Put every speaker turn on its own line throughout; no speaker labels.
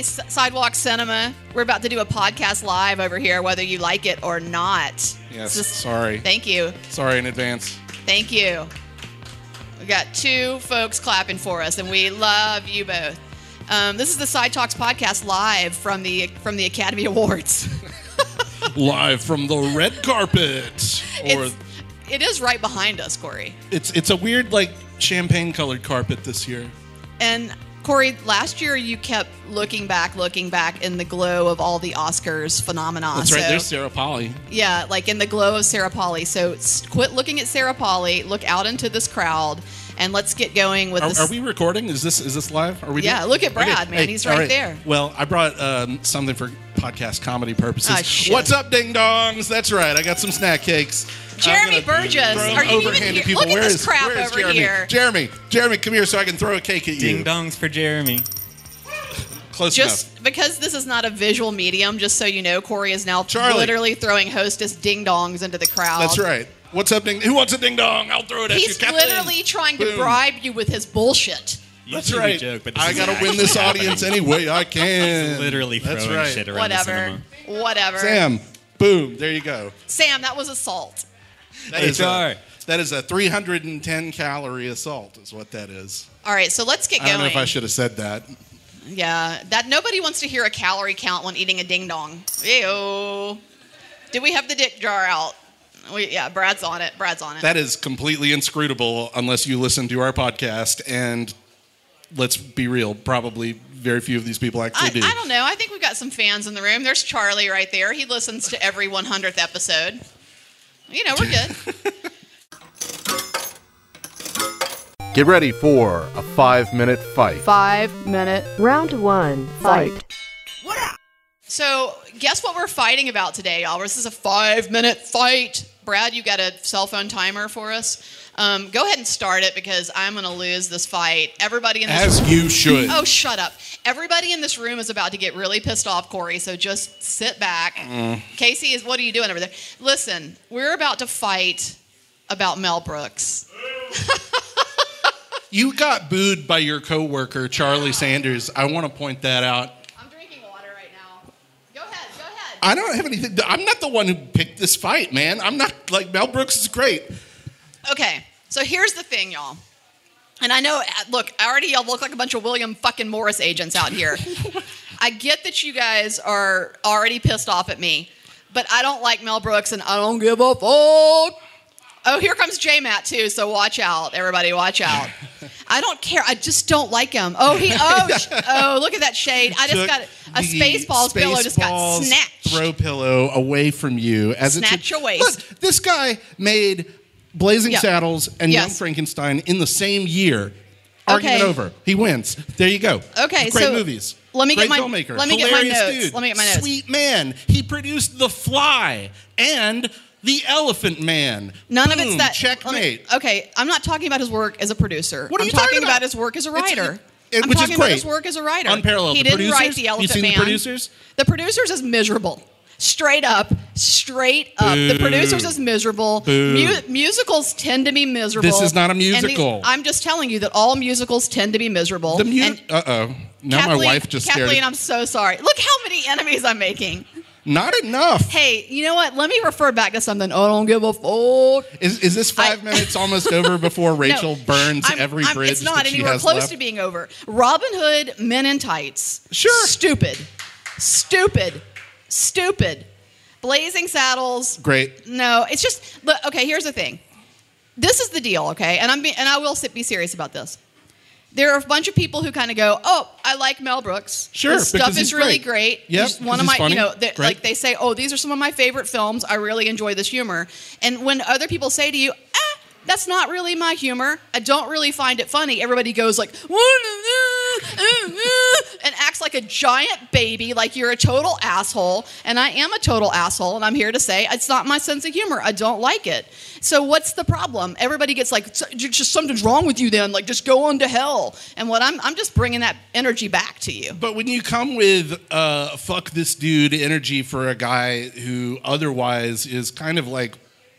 Sidewalk Cinema. We're about to do a podcast live over here, whether you like it or not.
Yes.
It's just-
sorry.
Thank you.
sorry in advance.
Thank you. We got two folks clapping for us, and we love you both. Um, this is the Side Talks podcast live from the from the Academy Awards.
Live from the red carpet, or
It's, it is right behind us, Corey.
it's it's a weird like champagne colored carpet this year.
And Corey, last year you kept looking back, looking back in the glow of all the Oscars phenomena.
That's right.
So-
There's Sarah Polly.
Yeah, like in the glow of Sarah Polly. So s- quit looking at Sarah Polly, look out into this crowd, and let's get going with
Are,
this.
are we recording? Is this is this live? Are we?
Yeah,
doing-
look at Brad, man. He's right
all
there.
Well, I brought um, something for podcast comedy purposes.
Ah, shit.
What's up, ding dongs? That's right. I got some snack cakes.
Jeremy
I'm gonna
Burgess.
throw
Are you even
overhanded
here?
people.
Look at
Where
this
is-
crap
where is
over
Jeremy?
here.
Jeremy, Jeremy, come here so I can throw a cake at you.
Ding dongs for Jeremy.
Close
just
enough.
because this is not a visual medium, just so you know, Corey is now
Charlie.
literally throwing hostess ding dongs into the crowd.
That's right. What's up, ding? Who wants a ding dong? I'll throw it at you.
He's
Kathleen.
literally trying to
Boom.
bribe you with his bullshit.
You
That's
see me
right.
Joke, but this
I
is
gotta
actually
win this
happening.
audience any way I can.
Literally throwing
That's right.
shit around the
Whatever.
cinema.
Whatever.
Sam, boom. There you go.
Sam, that was assault.
That is
HR.
a, that is a 310 calorie assault, is what that is.
All right, so let's get
I
going.
don't know if I should have said that.
Yeah, that nobody wants to hear a calorie count when eating a ding dong. Ew. Do we have the dick jar out? We, yeah, Brad's on it. Brad's on it.
That is completely inscrutable unless you listen to our podcast. And let's be real, probably very few of these people actually
I,
do.
I don't know. I think we've got some fans in the room. There's Charlie right there. He listens to every 100th episode. You know, we're good.
Get ready for a five minute fight.
Five minute
Round one, fight.
so, guess what we're fighting about today, y'all? This is a five minute fight. Brad, you got a cell phone timer for us? Um, go ahead and start it because I'm going to lose this fight. Everybody in this
As you should.
Oh, shut up. Everybody in this room is about to get really pissed off, Corey, so just sit back. Casey is what are you doing over there? Listen, we're about to fight about Mel Brooks.
You got booed by your coworker, Charlie Sanders. I want to point that out.
I'm drinking water right now. Go ahead, go ahead.
I don't have anything. I'm not the one who picked this fight, man. I'm not like Mel Brooks is great.
Okay, so here's the thing, y'all. And I know, look, I already y'all look like a bunch of William fucking Morris agents out here. I get that you guys are already pissed off at me, but I don't like Mel Brooks and I don't give a fuck. Oh, here comes J Matt too, so watch out, everybody, watch out. I don't care. I just don't like him. Oh, he. Oh, sh- oh, look at that shade. I just
Took
got a
the
Spaceballs pillow just got
Spaceballs
snatched.
Throw pillow away from you as it
Snatch
should-
away.
Look, this guy made Blazing
Yeah.
Saddles and Young
Yes.
Frankenstein in the same year. Argument
Okay.
over. He wins. There you go.
Okay,
Great
so
movies.
let me
Great
get my-
filmmaker.
let me get my
Hilarious
notes.
dude.
Let me get my notes.
Sweet man. He produced The Fly and The Elephant Man.
None of
Boom,
it's that
checkmate.
let me- okay, I'm not talking about his work as a producer.
What are
I'm
you
talking,
talking
about?
about?
his work as a
It's-
writer.
it-
I'm
which is
talking about his
great.
work as a writer.
Unparalleled.
He
The
didn't write
producers?
the
You
Elephant
seen The
Man.
producers?
The producers is miserable. Straight up, straight up. The producers is miserable. Mu- musicals tend to be miserable.
This is not a
And the-
musical.
I'm just telling you that all musicals tend to be miserable.
The mu-
And
uh oh. Now my
Kathleen-
wife just
Kathleen,
stared. At-
I'm so sorry. Look how many enemies I'm making.
Not enough.
Hey, you know what? Let me refer back to something. I don't give a fuck.
Is, is this five
I-
minutes almost over before Rachel
No,
burns
I'm-
every
I'm-
bridge
It's not
that she
anywhere
has
close
left?
to being over. Robin Hood, Men in Tights.
Sure.
Stupid. Stupid. Stupid. Blazing Saddles.
Great.
No, it's just look, okay. Here's the thing. This is the deal, okay? And I'm be, and I will sit, be serious about this. There are a bunch of people who kind of go, "Oh, I like Mel Brooks.
Sure,
His stuff
because
is
he's
really great.
great.
Yeah, one
Yep, because
of
he's
my,
funny.
you know, they,
Great.
like they say, "Oh, these are some of my favorite films. I really enjoy this humor." And when other people say to you, "Ah, that's not really my humor. I don't really find it funny." Everybody goes like, "Woo, nah, nah, uh, uh," and acts like a giant baby, like you're a total asshole. And I am a total asshole, and I'm here to say it's not my sense of humor. I don't like it. So what's the problem? Everybody gets like, "So- j- "Just something's wrong with you." Then like, just go on to hell. And what I'm, I'm just bringing that energy back to you.
But when you come with uh, fuck this dude energy for a guy who otherwise is kind of like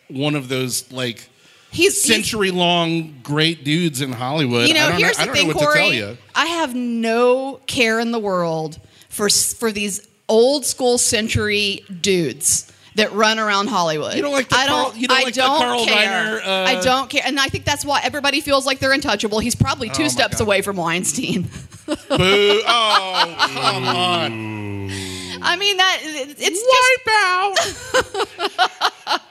one of those like
He's he's-
century long great dudes in Hollywood,
You know,
I don't,
here's
know, I
the
don't
thing,
know what
Corey.
to tell you.
I have no care in the world for s- for these old school century dudes that run around Hollywood.
You don't like the
I don't.
Carl- you don't
I
like the
don't
Carl
care.
Reiner, uh,
I don't care, and I think that's why everybody feels like they're untouchable. He's probably
Oh
two
my
steps
God.
away from Weinstein.
Boo! Oh, come on!
I mean that it- it's wipe out.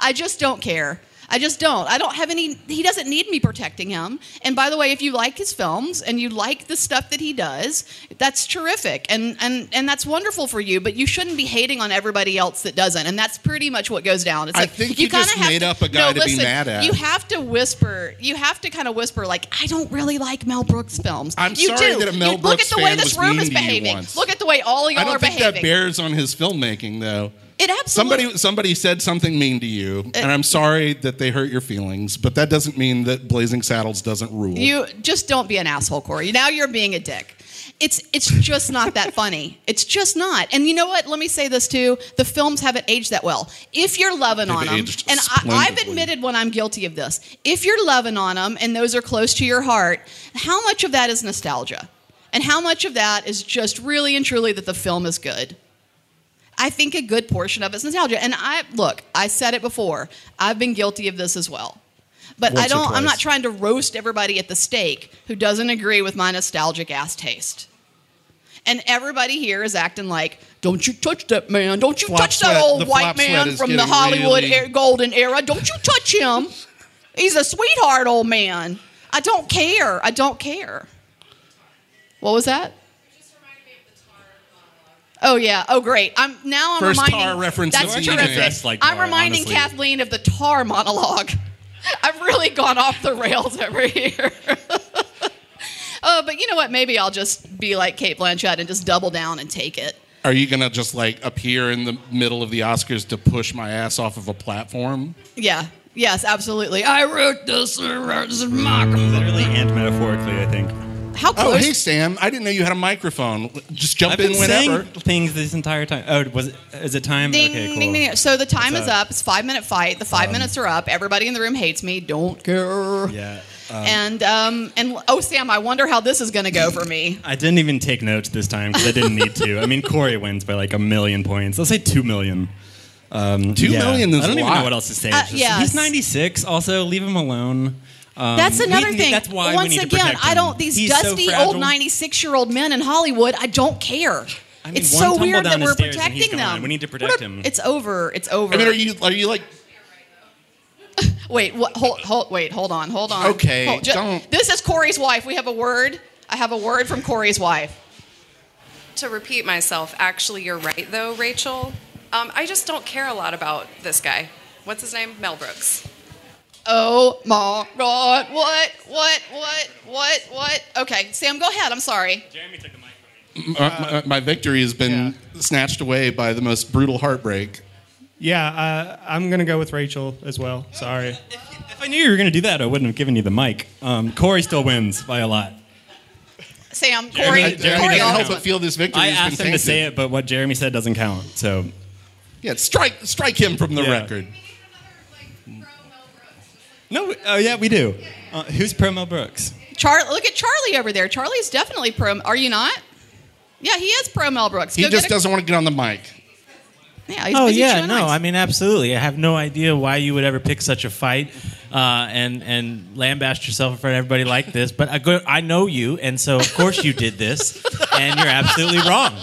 I just don't care. I just don't. I don't have any. He doesn't need me protecting him. And by the way, if you like his films and you like the stuff that he does, that's terrific and and and that's wonderful for you. But you shouldn't be hating on everybody else that doesn't. And that's pretty much what goes down. It's
I
like
think you
kinda
just
have
made
to,
up a guy
no,
to be
listen,
mad at.
You have to whisper. You have to kind of whisper like, I don't really like Mel Brooks films.
I'm
you
sorry
do.
that a Mel
you, look
Brooks
at the way
fan
this
was
room
mean
is
to you
behaving.
once.
Look at the way all y'all
I
are
don't think
behaving.
that bears on his filmmaking, though.
It absolutely.
Somebody somebody said something mean to you,
Uh,
and I'm sorry that they hurt your feelings, but that doesn't mean that Blazing Saddles doesn't rule.
You just don't be an asshole, Corey. Now you're being a dick. It's it's just not that funny. It's just not. And you know what? Let me say this too: the films haven't aged that well. If you're loving
They've
on them,
aged
and I, I've
splendidly.
admitted when I'm guilty of this, if you're loving on them and those are close to your heart, how much of that is nostalgia, and how much of that is just really and truly that the film is good? I think a good portion of it's nostalgia. And I look, I said it before. I've been guilty of this as well. But
Once
I
or
don't I'm
twice.
not trying to roast everybody at the stake who doesn't agree with my nostalgic ass taste. And everybody here is acting like, don't you touch that man. Don't you
Flop
touch that
sweat-
old
the
white
flop sweat
man
is
from the
getting
Hollywood
really-
e- golden era. Don't you touch him. He's a sweetheart, old man. I don't care. I don't care. What was that? Oh yeah. Oh great. I'm now I'm
First
reminding.
Tar reference
That's
of the
terrific.
evening. Dressed
like
I'm
Tar,
reminding
honestly.
Kathleen of the Tar monologue. I've really gone off the rails over here. Oh, but you know what? Maybe I'll just be like Kate Blanchett and just double down and take it.
Are you gonna just like appear in the middle of the Oscars to push my ass off of a platform?
Yeah. Yes, absolutely. I wrote this. This is my.
Literally and metaphorically, I think.
How
Oh,
close?
hey Sam, I didn't know you had a microphone. Just jump
I've been
in whenever.
saying things this entire time. Oh, was it, is it time?
Ding,
okay, cool.
ding, ding. So the time
What's
is
up?
up. It's five minute fight. The five minutes are up. Everybody in the room hates me. Don't care.
Yeah. Uh,
and um and oh Sam, I wonder how this is going to go for me.
I didn't even take notes this time because I didn't need to. I mean, Corey wins by like a million points. Let's say two million. Um,
Two million is
I don't
a
even
lot.
know what else to say.
Uh,
It's just-
yes.
He's 96. Also, leave him alone. Um,
That's
we
another
need-
thing.
That's why we
Once
need to
again,
protect
I
him.
don't these
He's so
dusty
fragile.
old 96 year old men in Hollywood. I don't care.
I mean,
it's
one
so
tumble
weird that
down the
we're
stairs and he's
protecting
gone.
them.
We need to protect
What a-
him.
It's over. It's over.
I mean, are you are you like
Wait, what, hold, hold, wait, hold on, hold on.
Okay,
Hold- ju-
don't-
This is Corey's wife. We have a word. I have a word from Corey's wife.
to repeat myself, actually, you're right, though, Rachel. Um, I just don't care a lot about this guy. What's his name? Mel Brooks.
Oh my God! What? What? What? What? What? Okay, Sam, go ahead. I'm sorry.
Jeremy took the mic from me.
my, uh, my victory has been snatched away by the most brutal heartbreak?
Yeah, uh, I'm gonna go with Rachel as well. Sorry.
If, if I knew you were going to do that, I wouldn't have given you the mic. Um, Corey still wins by a lot.
Sam, Corey, Corey,
Jeremy- Jeremy
I
doesn't
can't
also-
count.
help but feel this victory.
I
has
asked
been
him to
tainted.
say it, but what Jeremy said doesn't count. So
Yeah, strike strike him from the
Yeah.
record.
no, oh yeah, we do. Uh, who's pro Mel Brooks?
Char- look at Charlie over there. Charlie's definitely pro. Are you not? Yeah, he is pro Mel Brooks.
He
Go
just
get a-
doesn't want to get on the mic.
Yeah, he's
Oh
busy
yeah,
chewing
no,
ice.
I mean absolutely. I have no idea why you would ever pick such a fight uh, and and lambast yourself in front of everybody like this. But I go, I know you, and so of course you did this, and you're absolutely wrong.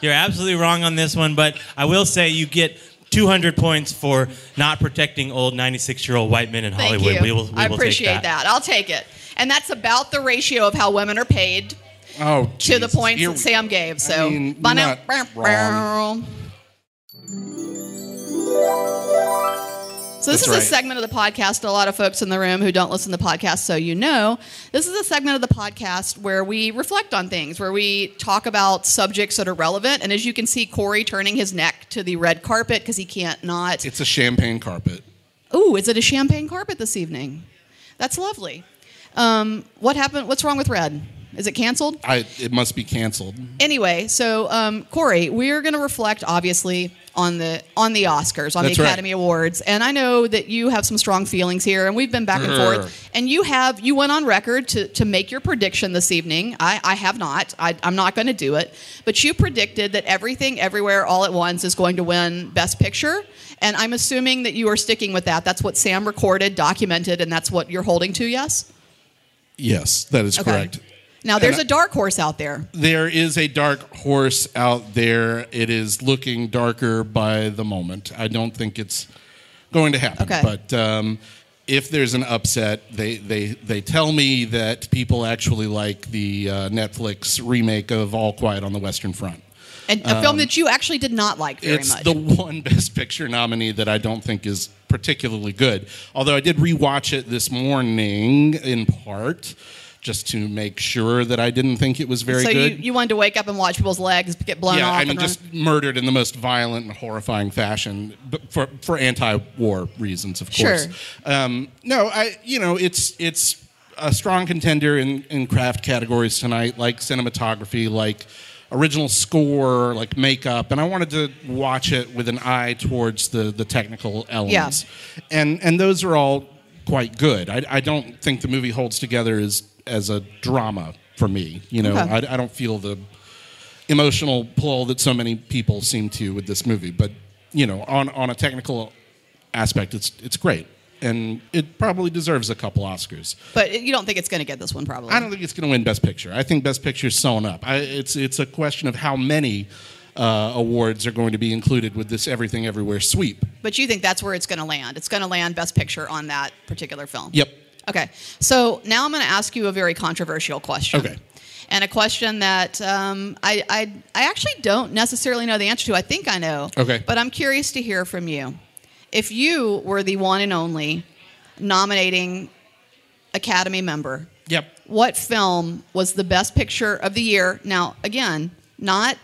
You're absolutely wrong on this one. But I will say you get. 200 points for not protecting old 96 year old white men in
Thank
Hollywood.
you.
We will, we
I
will
appreciate
take that.
I'll take it. And that's about the ratio of how women are paid
Oh,
to the
Jesus.
points
Here
that
we-
Sam gave. So,
mean,
Bye
you're
now.
not wrong.
So this is
That's
a
right.
segment of the podcast. A lot of folks in the room who don't listen to the podcast, so you know, this is a segment of the podcast where we reflect on things, where we talk about subjects that are relevant. And as you can see, Corey turning his neck to the red carpet because he can't not.
It's a champagne carpet.
Ooh, is it a champagne carpet this evening? That's lovely. Um, what happened? What's wrong with red? Is it canceled?
I it must be canceled.
Anyway, so um, Corey, we're going to reflect obviously on the on the Oscars, on
That's
the
right.
Academy Awards. And I know that you have some strong feelings here, and we've been back and
Grr.
forth. And you have you went on record to, to make your prediction this evening. I, I have not. I, I'm not going to do it. But you predicted that everything, everywhere, all at once is going to win Best Picture. And I'm assuming that you are sticking with that. That's what Sam recorded, documented, and that's what you're holding to. Yes.
Yes, that is
Okay.
correct.
Now there's a dark horse out there.
There is a dark horse out there. It is looking darker by the moment. I don't think it's going to happen.
Okay.
But um, if there's an upset, they, they, they tell me that people actually like the uh, Netflix remake of All Quiet on the Western Front.
And a film that you actually did not like very
Um, it's
much.
the one Best Picture nominee that I don't think is particularly good. Although I did rewatch it this morning in part just to make sure that I didn't think it was very
so
good.
you, you wanted to wake up and watch people's legs get blown
yeah,
off.
I mean,
and run-
just murdered in the most violent and horrifying fashion, but for for anti-war reasons, of
Sure.
course. Um, no, I you know it's it's a strong contender in in craft categories tonight, like cinematography, like original score, like makeup, and I wanted to watch it with an eye towards the the technical elements, and and those are all quite good. I, I don't think the movie holds together as as a drama for me. You know,
Okay.
I, I don't feel the emotional pull that so many people seem to with this movie. But you know, on on a technical aspect, it's it's great, and it probably deserves a couple Oscars.
but you don't think it's going to get this one, probably.
I don't think it's going to win Best Picture. I think Best Picture's sewn up. I, it's it's a question of how many uh, awards are going to be included with this Everything Everywhere sweep.
But you think that's where it's going to land. It's going to land Best Picture on that particular film.
Yep.
Okay. So now I'm going to ask you a very controversial question.
Okay.
And a question that um, I, I, I actually don't necessarily know the answer to. I think I know.
Okay.
But I'm curious to hear from you. If you were the one and only nominating Academy member,
Yep.
what film was the best picture of the year? Now, again, not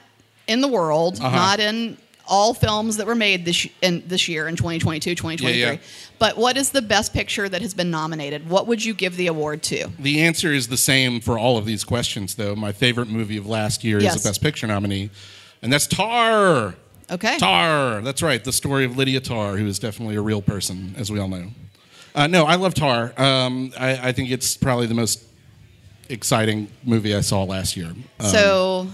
in the world,
Uh-huh.
not in all films that were made this in this year in 2022, 2023.
Yeah, yeah.
But what is the best picture that has been nominated? What would you give the award to?
The answer is the same for all of these questions, though. My favorite movie of last year
Yes.
is a Best Picture nominee, and that's Tar.
Okay.
Tar. That's right. The story of Lydia Tar, who is definitely a real person, as we all know. Uh, no, I love Tar. Um, I, I think it's probably the most exciting movie I saw last year. Um,
so,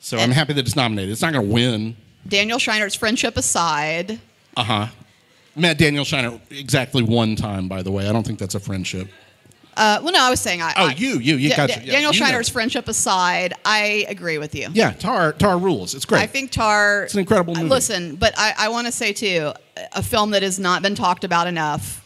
so I'm happy that it's nominated. It's not going to win.
Daniel Schreiner's friendship aside,
Uh huh. Met Daniel Shiner exactly one time, by the way. I don't think that's a friendship.
uh, well, no, I was saying I.
Oh,
I-
you, you, you
Da-
gotcha.
Da-
Yeah,
Daniel
you know.
Schreiner's friendship aside, I agree with you.
Yeah, Tar. Tar rules. It's great.
I think Tar.
It's an incredible movie.
Listen, but I, I want to say too, a film that has not been talked about enough.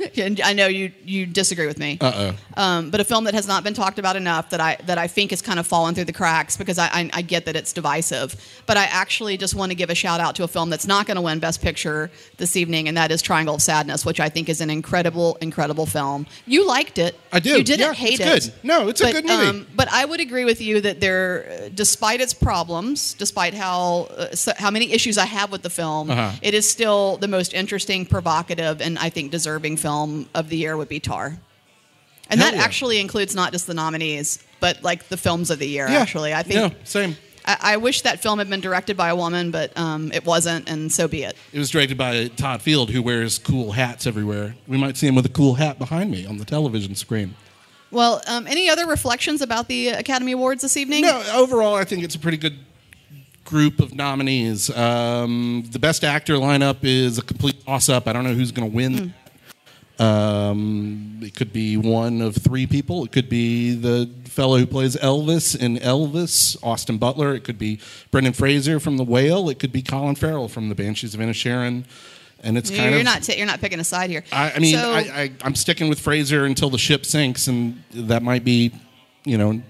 and I know you you disagree with me. Uh oh. Um, but a film that has not been talked about enough that I that I think has kind of fallen through the cracks because I I, I get that it's divisive, but I actually just want to give a shout out to a film that's not going to win Best Picture this evening, and that is Triangle of Sadness, which I think is an incredible incredible film. You liked it.
I did,
You didn't
yeah,
hate
it's
it.
good. No, it's a
But, um,
good movie.
but I would agree with you that there, despite its problems, despite how uh, so, how many issues I have with the film,
Uh-huh.
it is still the most interesting, provocative, and I think deserving film of the year would be Tar. And
Hell
that
yeah.
actually includes not just the nominees, but like the films of the year.
Yeah.
Actually, I think
No, same.
I, I wish that film had been directed by a woman, but um, it wasn't, and so be it.
It was directed by Todd Field, who wears cool hats everywhere. We might see him with a cool hat behind me on the television screen.
Well, um, any other reflections about the Academy Awards this evening?
No, overall, I think it's a pretty good group of nominees. Um, the best actor lineup is a complete toss up. I don't know who's going to win.
Hmm.
Um, it could be one of three people. It could be the fellow who plays Elvis in Elvis, Austin Butler. It could be Brendan Fraser from The Whale. It could be Colin Farrell from The Banshees of Inisherin. And it's
You're,
kind
you're
of
not you're not picking a side here.
I, I mean,
So-
I, I, I'm sticking with Fraser until the ship sinks, and that might be, you know,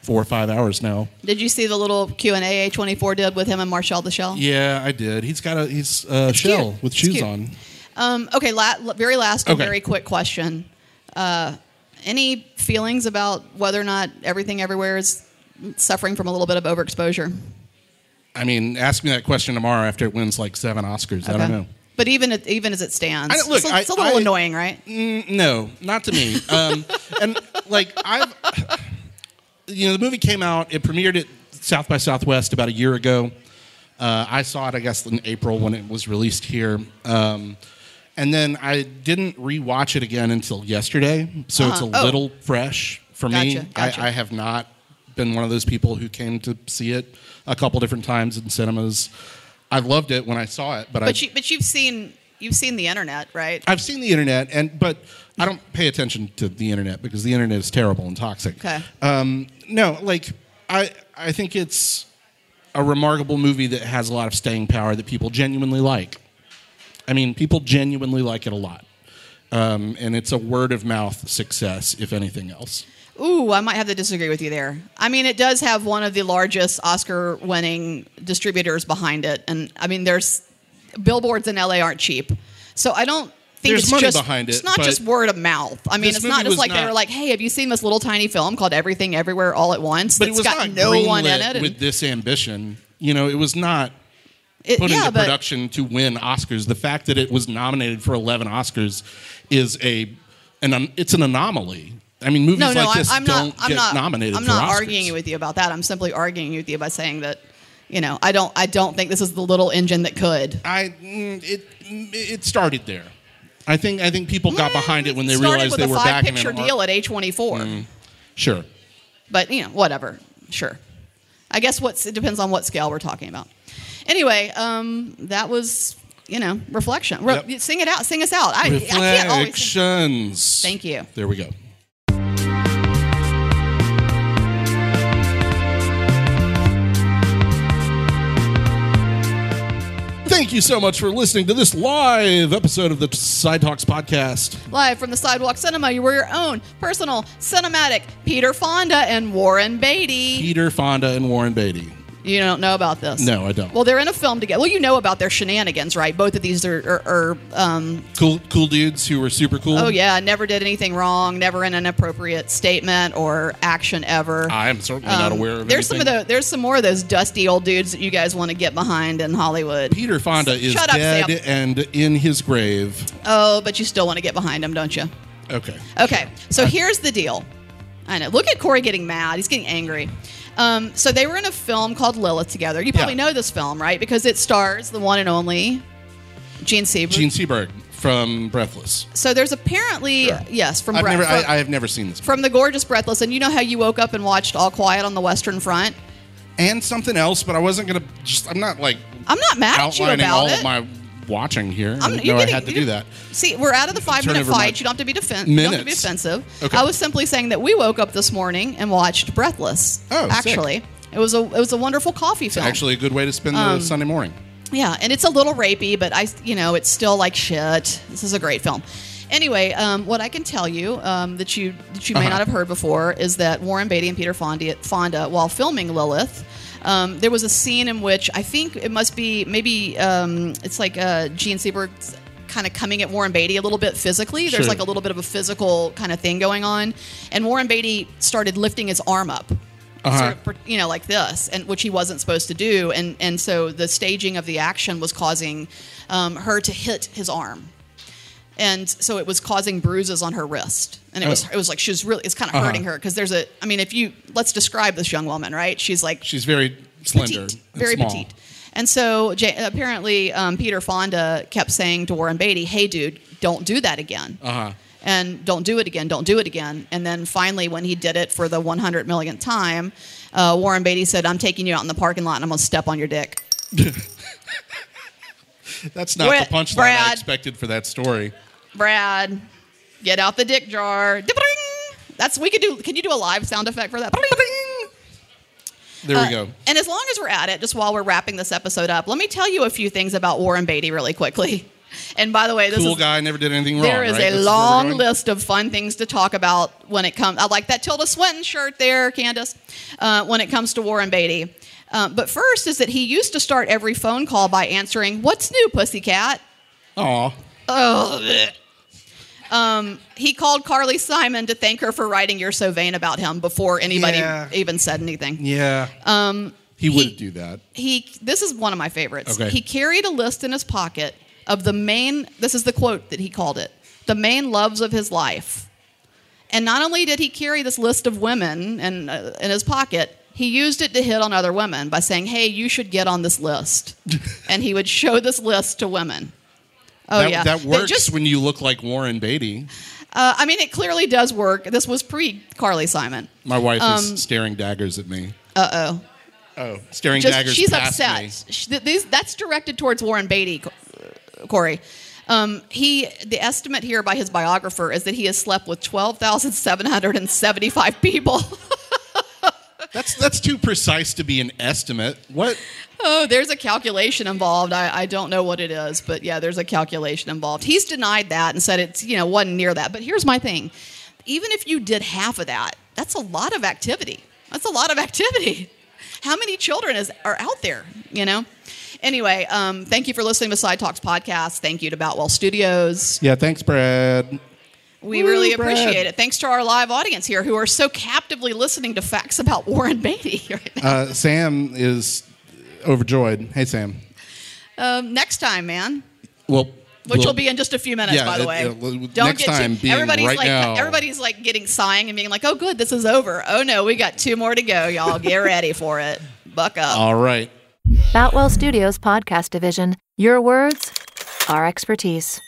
four or five hours now.
Did you see the little Q and A twenty four did with him and Marshall the Shell?
Yeah, I did. He's got a he's uh,
cute.
shell with
It's
shoes
cute.
on.
Um, okay, la- very last, and
Okay.
very quick question. Uh, any feelings about whether or not everything everywhere is suffering from a little bit of overexposure?
I mean, ask me that question tomorrow after it wins like seven Oscars. I don't
Okay.
know.
But even at- even as it stands,
I don't- look,
it's, a,
I-
it's a little
I- Mm.
annoying, right?
No, not to me. Um, and like I've, you know, the movie came out. It premiered at South by Southwest about a year ago. Uh, I saw it, I guess, in April when it was released here. Um, and then I didn't rewatch it again until yesterday, so it's a
Oh.
little fresh for me.
Gotcha, gotcha.
I, I have not been one of those people who came to see it a couple different times in cinemas. I loved it when I saw it, but, I,
But you, but you've seen you've seen the internet, right?
I've seen the internet, and but I don't pay attention to the internet because the internet is terrible and toxic.
Okay.
Um, no, like I I think it's a remarkable movie that has a lot of staying power that people genuinely like. I mean, people genuinely like it a lot, um, and it's a word of mouth success, if anything else.
Ooh, I might have to disagree with you there. I mean, it does have one of the largest Oscar winning distributors behind it. And I mean, there's billboards in LA aren't cheap. So I don't think
There's
it's
money
just,
behind
it's
it,
not
but
just word of mouth. I mean,
this
it's not
movie
just
was
like they
not-
were like, hey, have you seen this little tiny film called Everything Everywhere All at Once?
But
that's
it was
got
not
no one in
greenlit
it. and-
with this ambition. You know, it was not
it-
put
yeah,
into
but
production to win Oscars. The fact that it was nominated for 11 Oscars is a an it's an anomaly. I mean, movies
no, no,
like
I'm,
this
I'm
don't
not. I'm
get
not
nominated.
I'm
for
not
Oscars.
arguing with you about that. I'm simply arguing with you by saying that, you know, I don't. I don't think this is the little engine that could.
I mm, it mm, it started there. I think I think people got behind it when they
Started
realized
with
they
a
were
five
back in Mm.
picture
an ar-
deal at A24.
Sure.
But you know, whatever. Sure. I guess what's it depends on what scale we're talking about. Anyway, um, that was you know reflection. Re-
Yep.
Sing it out. Sing us out. I, I can't always. Sing.
Reflections.
Thank you.
There we go. Thank you so much for listening to this live episode of the Side Talks podcast.
Live from the Sidewalk Cinema, you were your own personal cinematic Peter Fonda and Warren Beatty.
Peter Fonda and Warren Beatty.
You don't know about this.
No, I don't.
Well, they're in a film together. Well, you know about their shenanigans, right? Both of these are, are, are um,
Cool, cool dudes who were super cool.
oh yeah, never did anything wrong, never in an appropriate statement or action ever.
I am certainly not
Um,
aware of.
there's some of
anything.
the there's some more of those dusty old dudes that you guys want to get behind in Hollywood.
Peter Fonda is
Shut up,
dead
Sam.
and in his grave.
Oh, but you still want to get behind him, don't you?
Okay.
Okay, so here's the deal. I know. Look at Corey getting mad. He's getting angry. Um, so they were in a film called Lilith together. You probably
Yeah.
know this film, right? Because it stars the one and only Gene Seberg.
Gene Seberg from Breathless.
so there's apparently yes from
I've
Brett-
never,
from-
I, I have never seen this.
from the gorgeous Breathless, and you know how you woke up and watched All Quiet on the Western Front.
and something else, but I wasn't gonna just. I'm not like
I'm not mad at you
outlining
about
all
it.
of my watching here. I
I'm-
didn't
you're
know I
getting-
had to
you-
do that.
See, we're out of the five minute
over my
fight. You don't have to be defensive. You don't have to be
minutes.
offensive.
Okay.
I was simply saying that we woke up this morning and watched Breathless.
Oh, sick.
actually, it was a it was a wonderful coffee film.
Actually, a good way to spend
um,
the Sunday morning.
yeah, and it's a little rapey, but I you know it's still like shit. This is a great film. Anyway, um, what I can tell you um, that you that you may not have heard before is that Warren Beatty and Peter Fonda, Fonda while filming Lilith. Um, there was a scene in which I think it must be maybe um, it's like uh, Gene Seberg's kind of coming at Warren Beatty a little bit physically. There's
Sure.
like a little bit of a physical kind of thing going on, and Warren Beatty started lifting his arm up, sort of, per- you know, like this, and which he wasn't supposed to do, and and so the staging of the action was causing um, her to hit his arm, and so it was causing bruises on her wrist, and it was
Oh.
it was like she was really it's kind of hurting her because there's a I mean if you let's describe this young woman right she's like
She's very slender,
petite,
and
very
small.
petite. And so J- apparently, um, Peter Fonda kept saying to Warren Beatty, "Hey, dude, don't do that again." Uh-huh. And don't do it again. Don't do it again. And then finally, when he did it for the 100 millionth time, uh, Warren Beatty said, "I'm taking you out in the parking lot and I'm gonna step on your dick."
That's not
Brad-
the punchline I
Brad.
expected for that story.
Brad, get out the dick jar. Ding! That's we could do. Can you do a live sound effect for that? Ding!
There we
Uh,
go.
And as long as we're at it, just while we're wrapping this episode up, let me tell you a few things about Warren Beatty really quickly. And by the way, this
Cool
is,
guy, never did anything wrong.
there is
right? This
a
where we're
long
going?
list of fun things to talk about when it comes. I like that Tilda Swinton shirt there, Candace. Uh, when it comes to Warren Beatty, um, but first is that he used to start every phone call by answering, "What's new, pussycat?"
Aw.
Oh. bleh. Um, he called Carly Simon to thank her for writing "You're So Vain" about him before anybody
Yeah.
even said anything.
Yeah. Um. He would
he-
do that.
he this is one of my favorites
Okay.
he carried a list in his pocket of the main this is the quote that he called it the main loves of his life and not only did he carry this list of women and uh, in his pocket He used it to hit on other women by saying, "Hey, you should get on this list," and he would show this list to women. Oh
that,
yeah,
that
They
works
just-
when you look like Warren Beatty.
uh, I mean, it clearly does work. This was pre Carly Simon.
My wife
Um,
is staring daggers at me.
Uh oh.
Oh, staring
Just
daggers.
she's
past me.
upset. She, th- these, that's directed towards Warren Beatty, Co- uh, Corey. Um, he the estimate here by his biographer is that he has slept with twelve thousand seven hundred and seventy five people.
That's that's too precise to be an estimate. What?
oh, there's a calculation involved. I, I don't know what it is, but yeah, there's a calculation involved. He's denied that and said it's you know wasn't near that. But here's my thing: even if you did half of that, that's a lot of activity. That's a lot of activity. How many children is are out there? You know. Anyway, um, thank you for listening to Side Talks podcast. Thank you to Boutwell Studios.
Yeah, thanks, Brad.
We really
Brad.
appreciate it. Thanks to our live audience here who are so captively listening to facts about Warren Beatty right now.
Uh, Sam is overjoyed. Hey, Sam.
Um, next time, man.
Well,
which
we'll-
will be in just a few minutes,
yeah,
by the
it-
way.
it- well,
Don't
next
get too-
time being
everybody's
right
like
now.
everybody's like getting sighing and being like, "Oh, good, this is over. Oh no, we got two more to go, y'all. Get ready for it. Buck up."
All right.
Boutwell Studios Podcast Division. Your words, our expertise.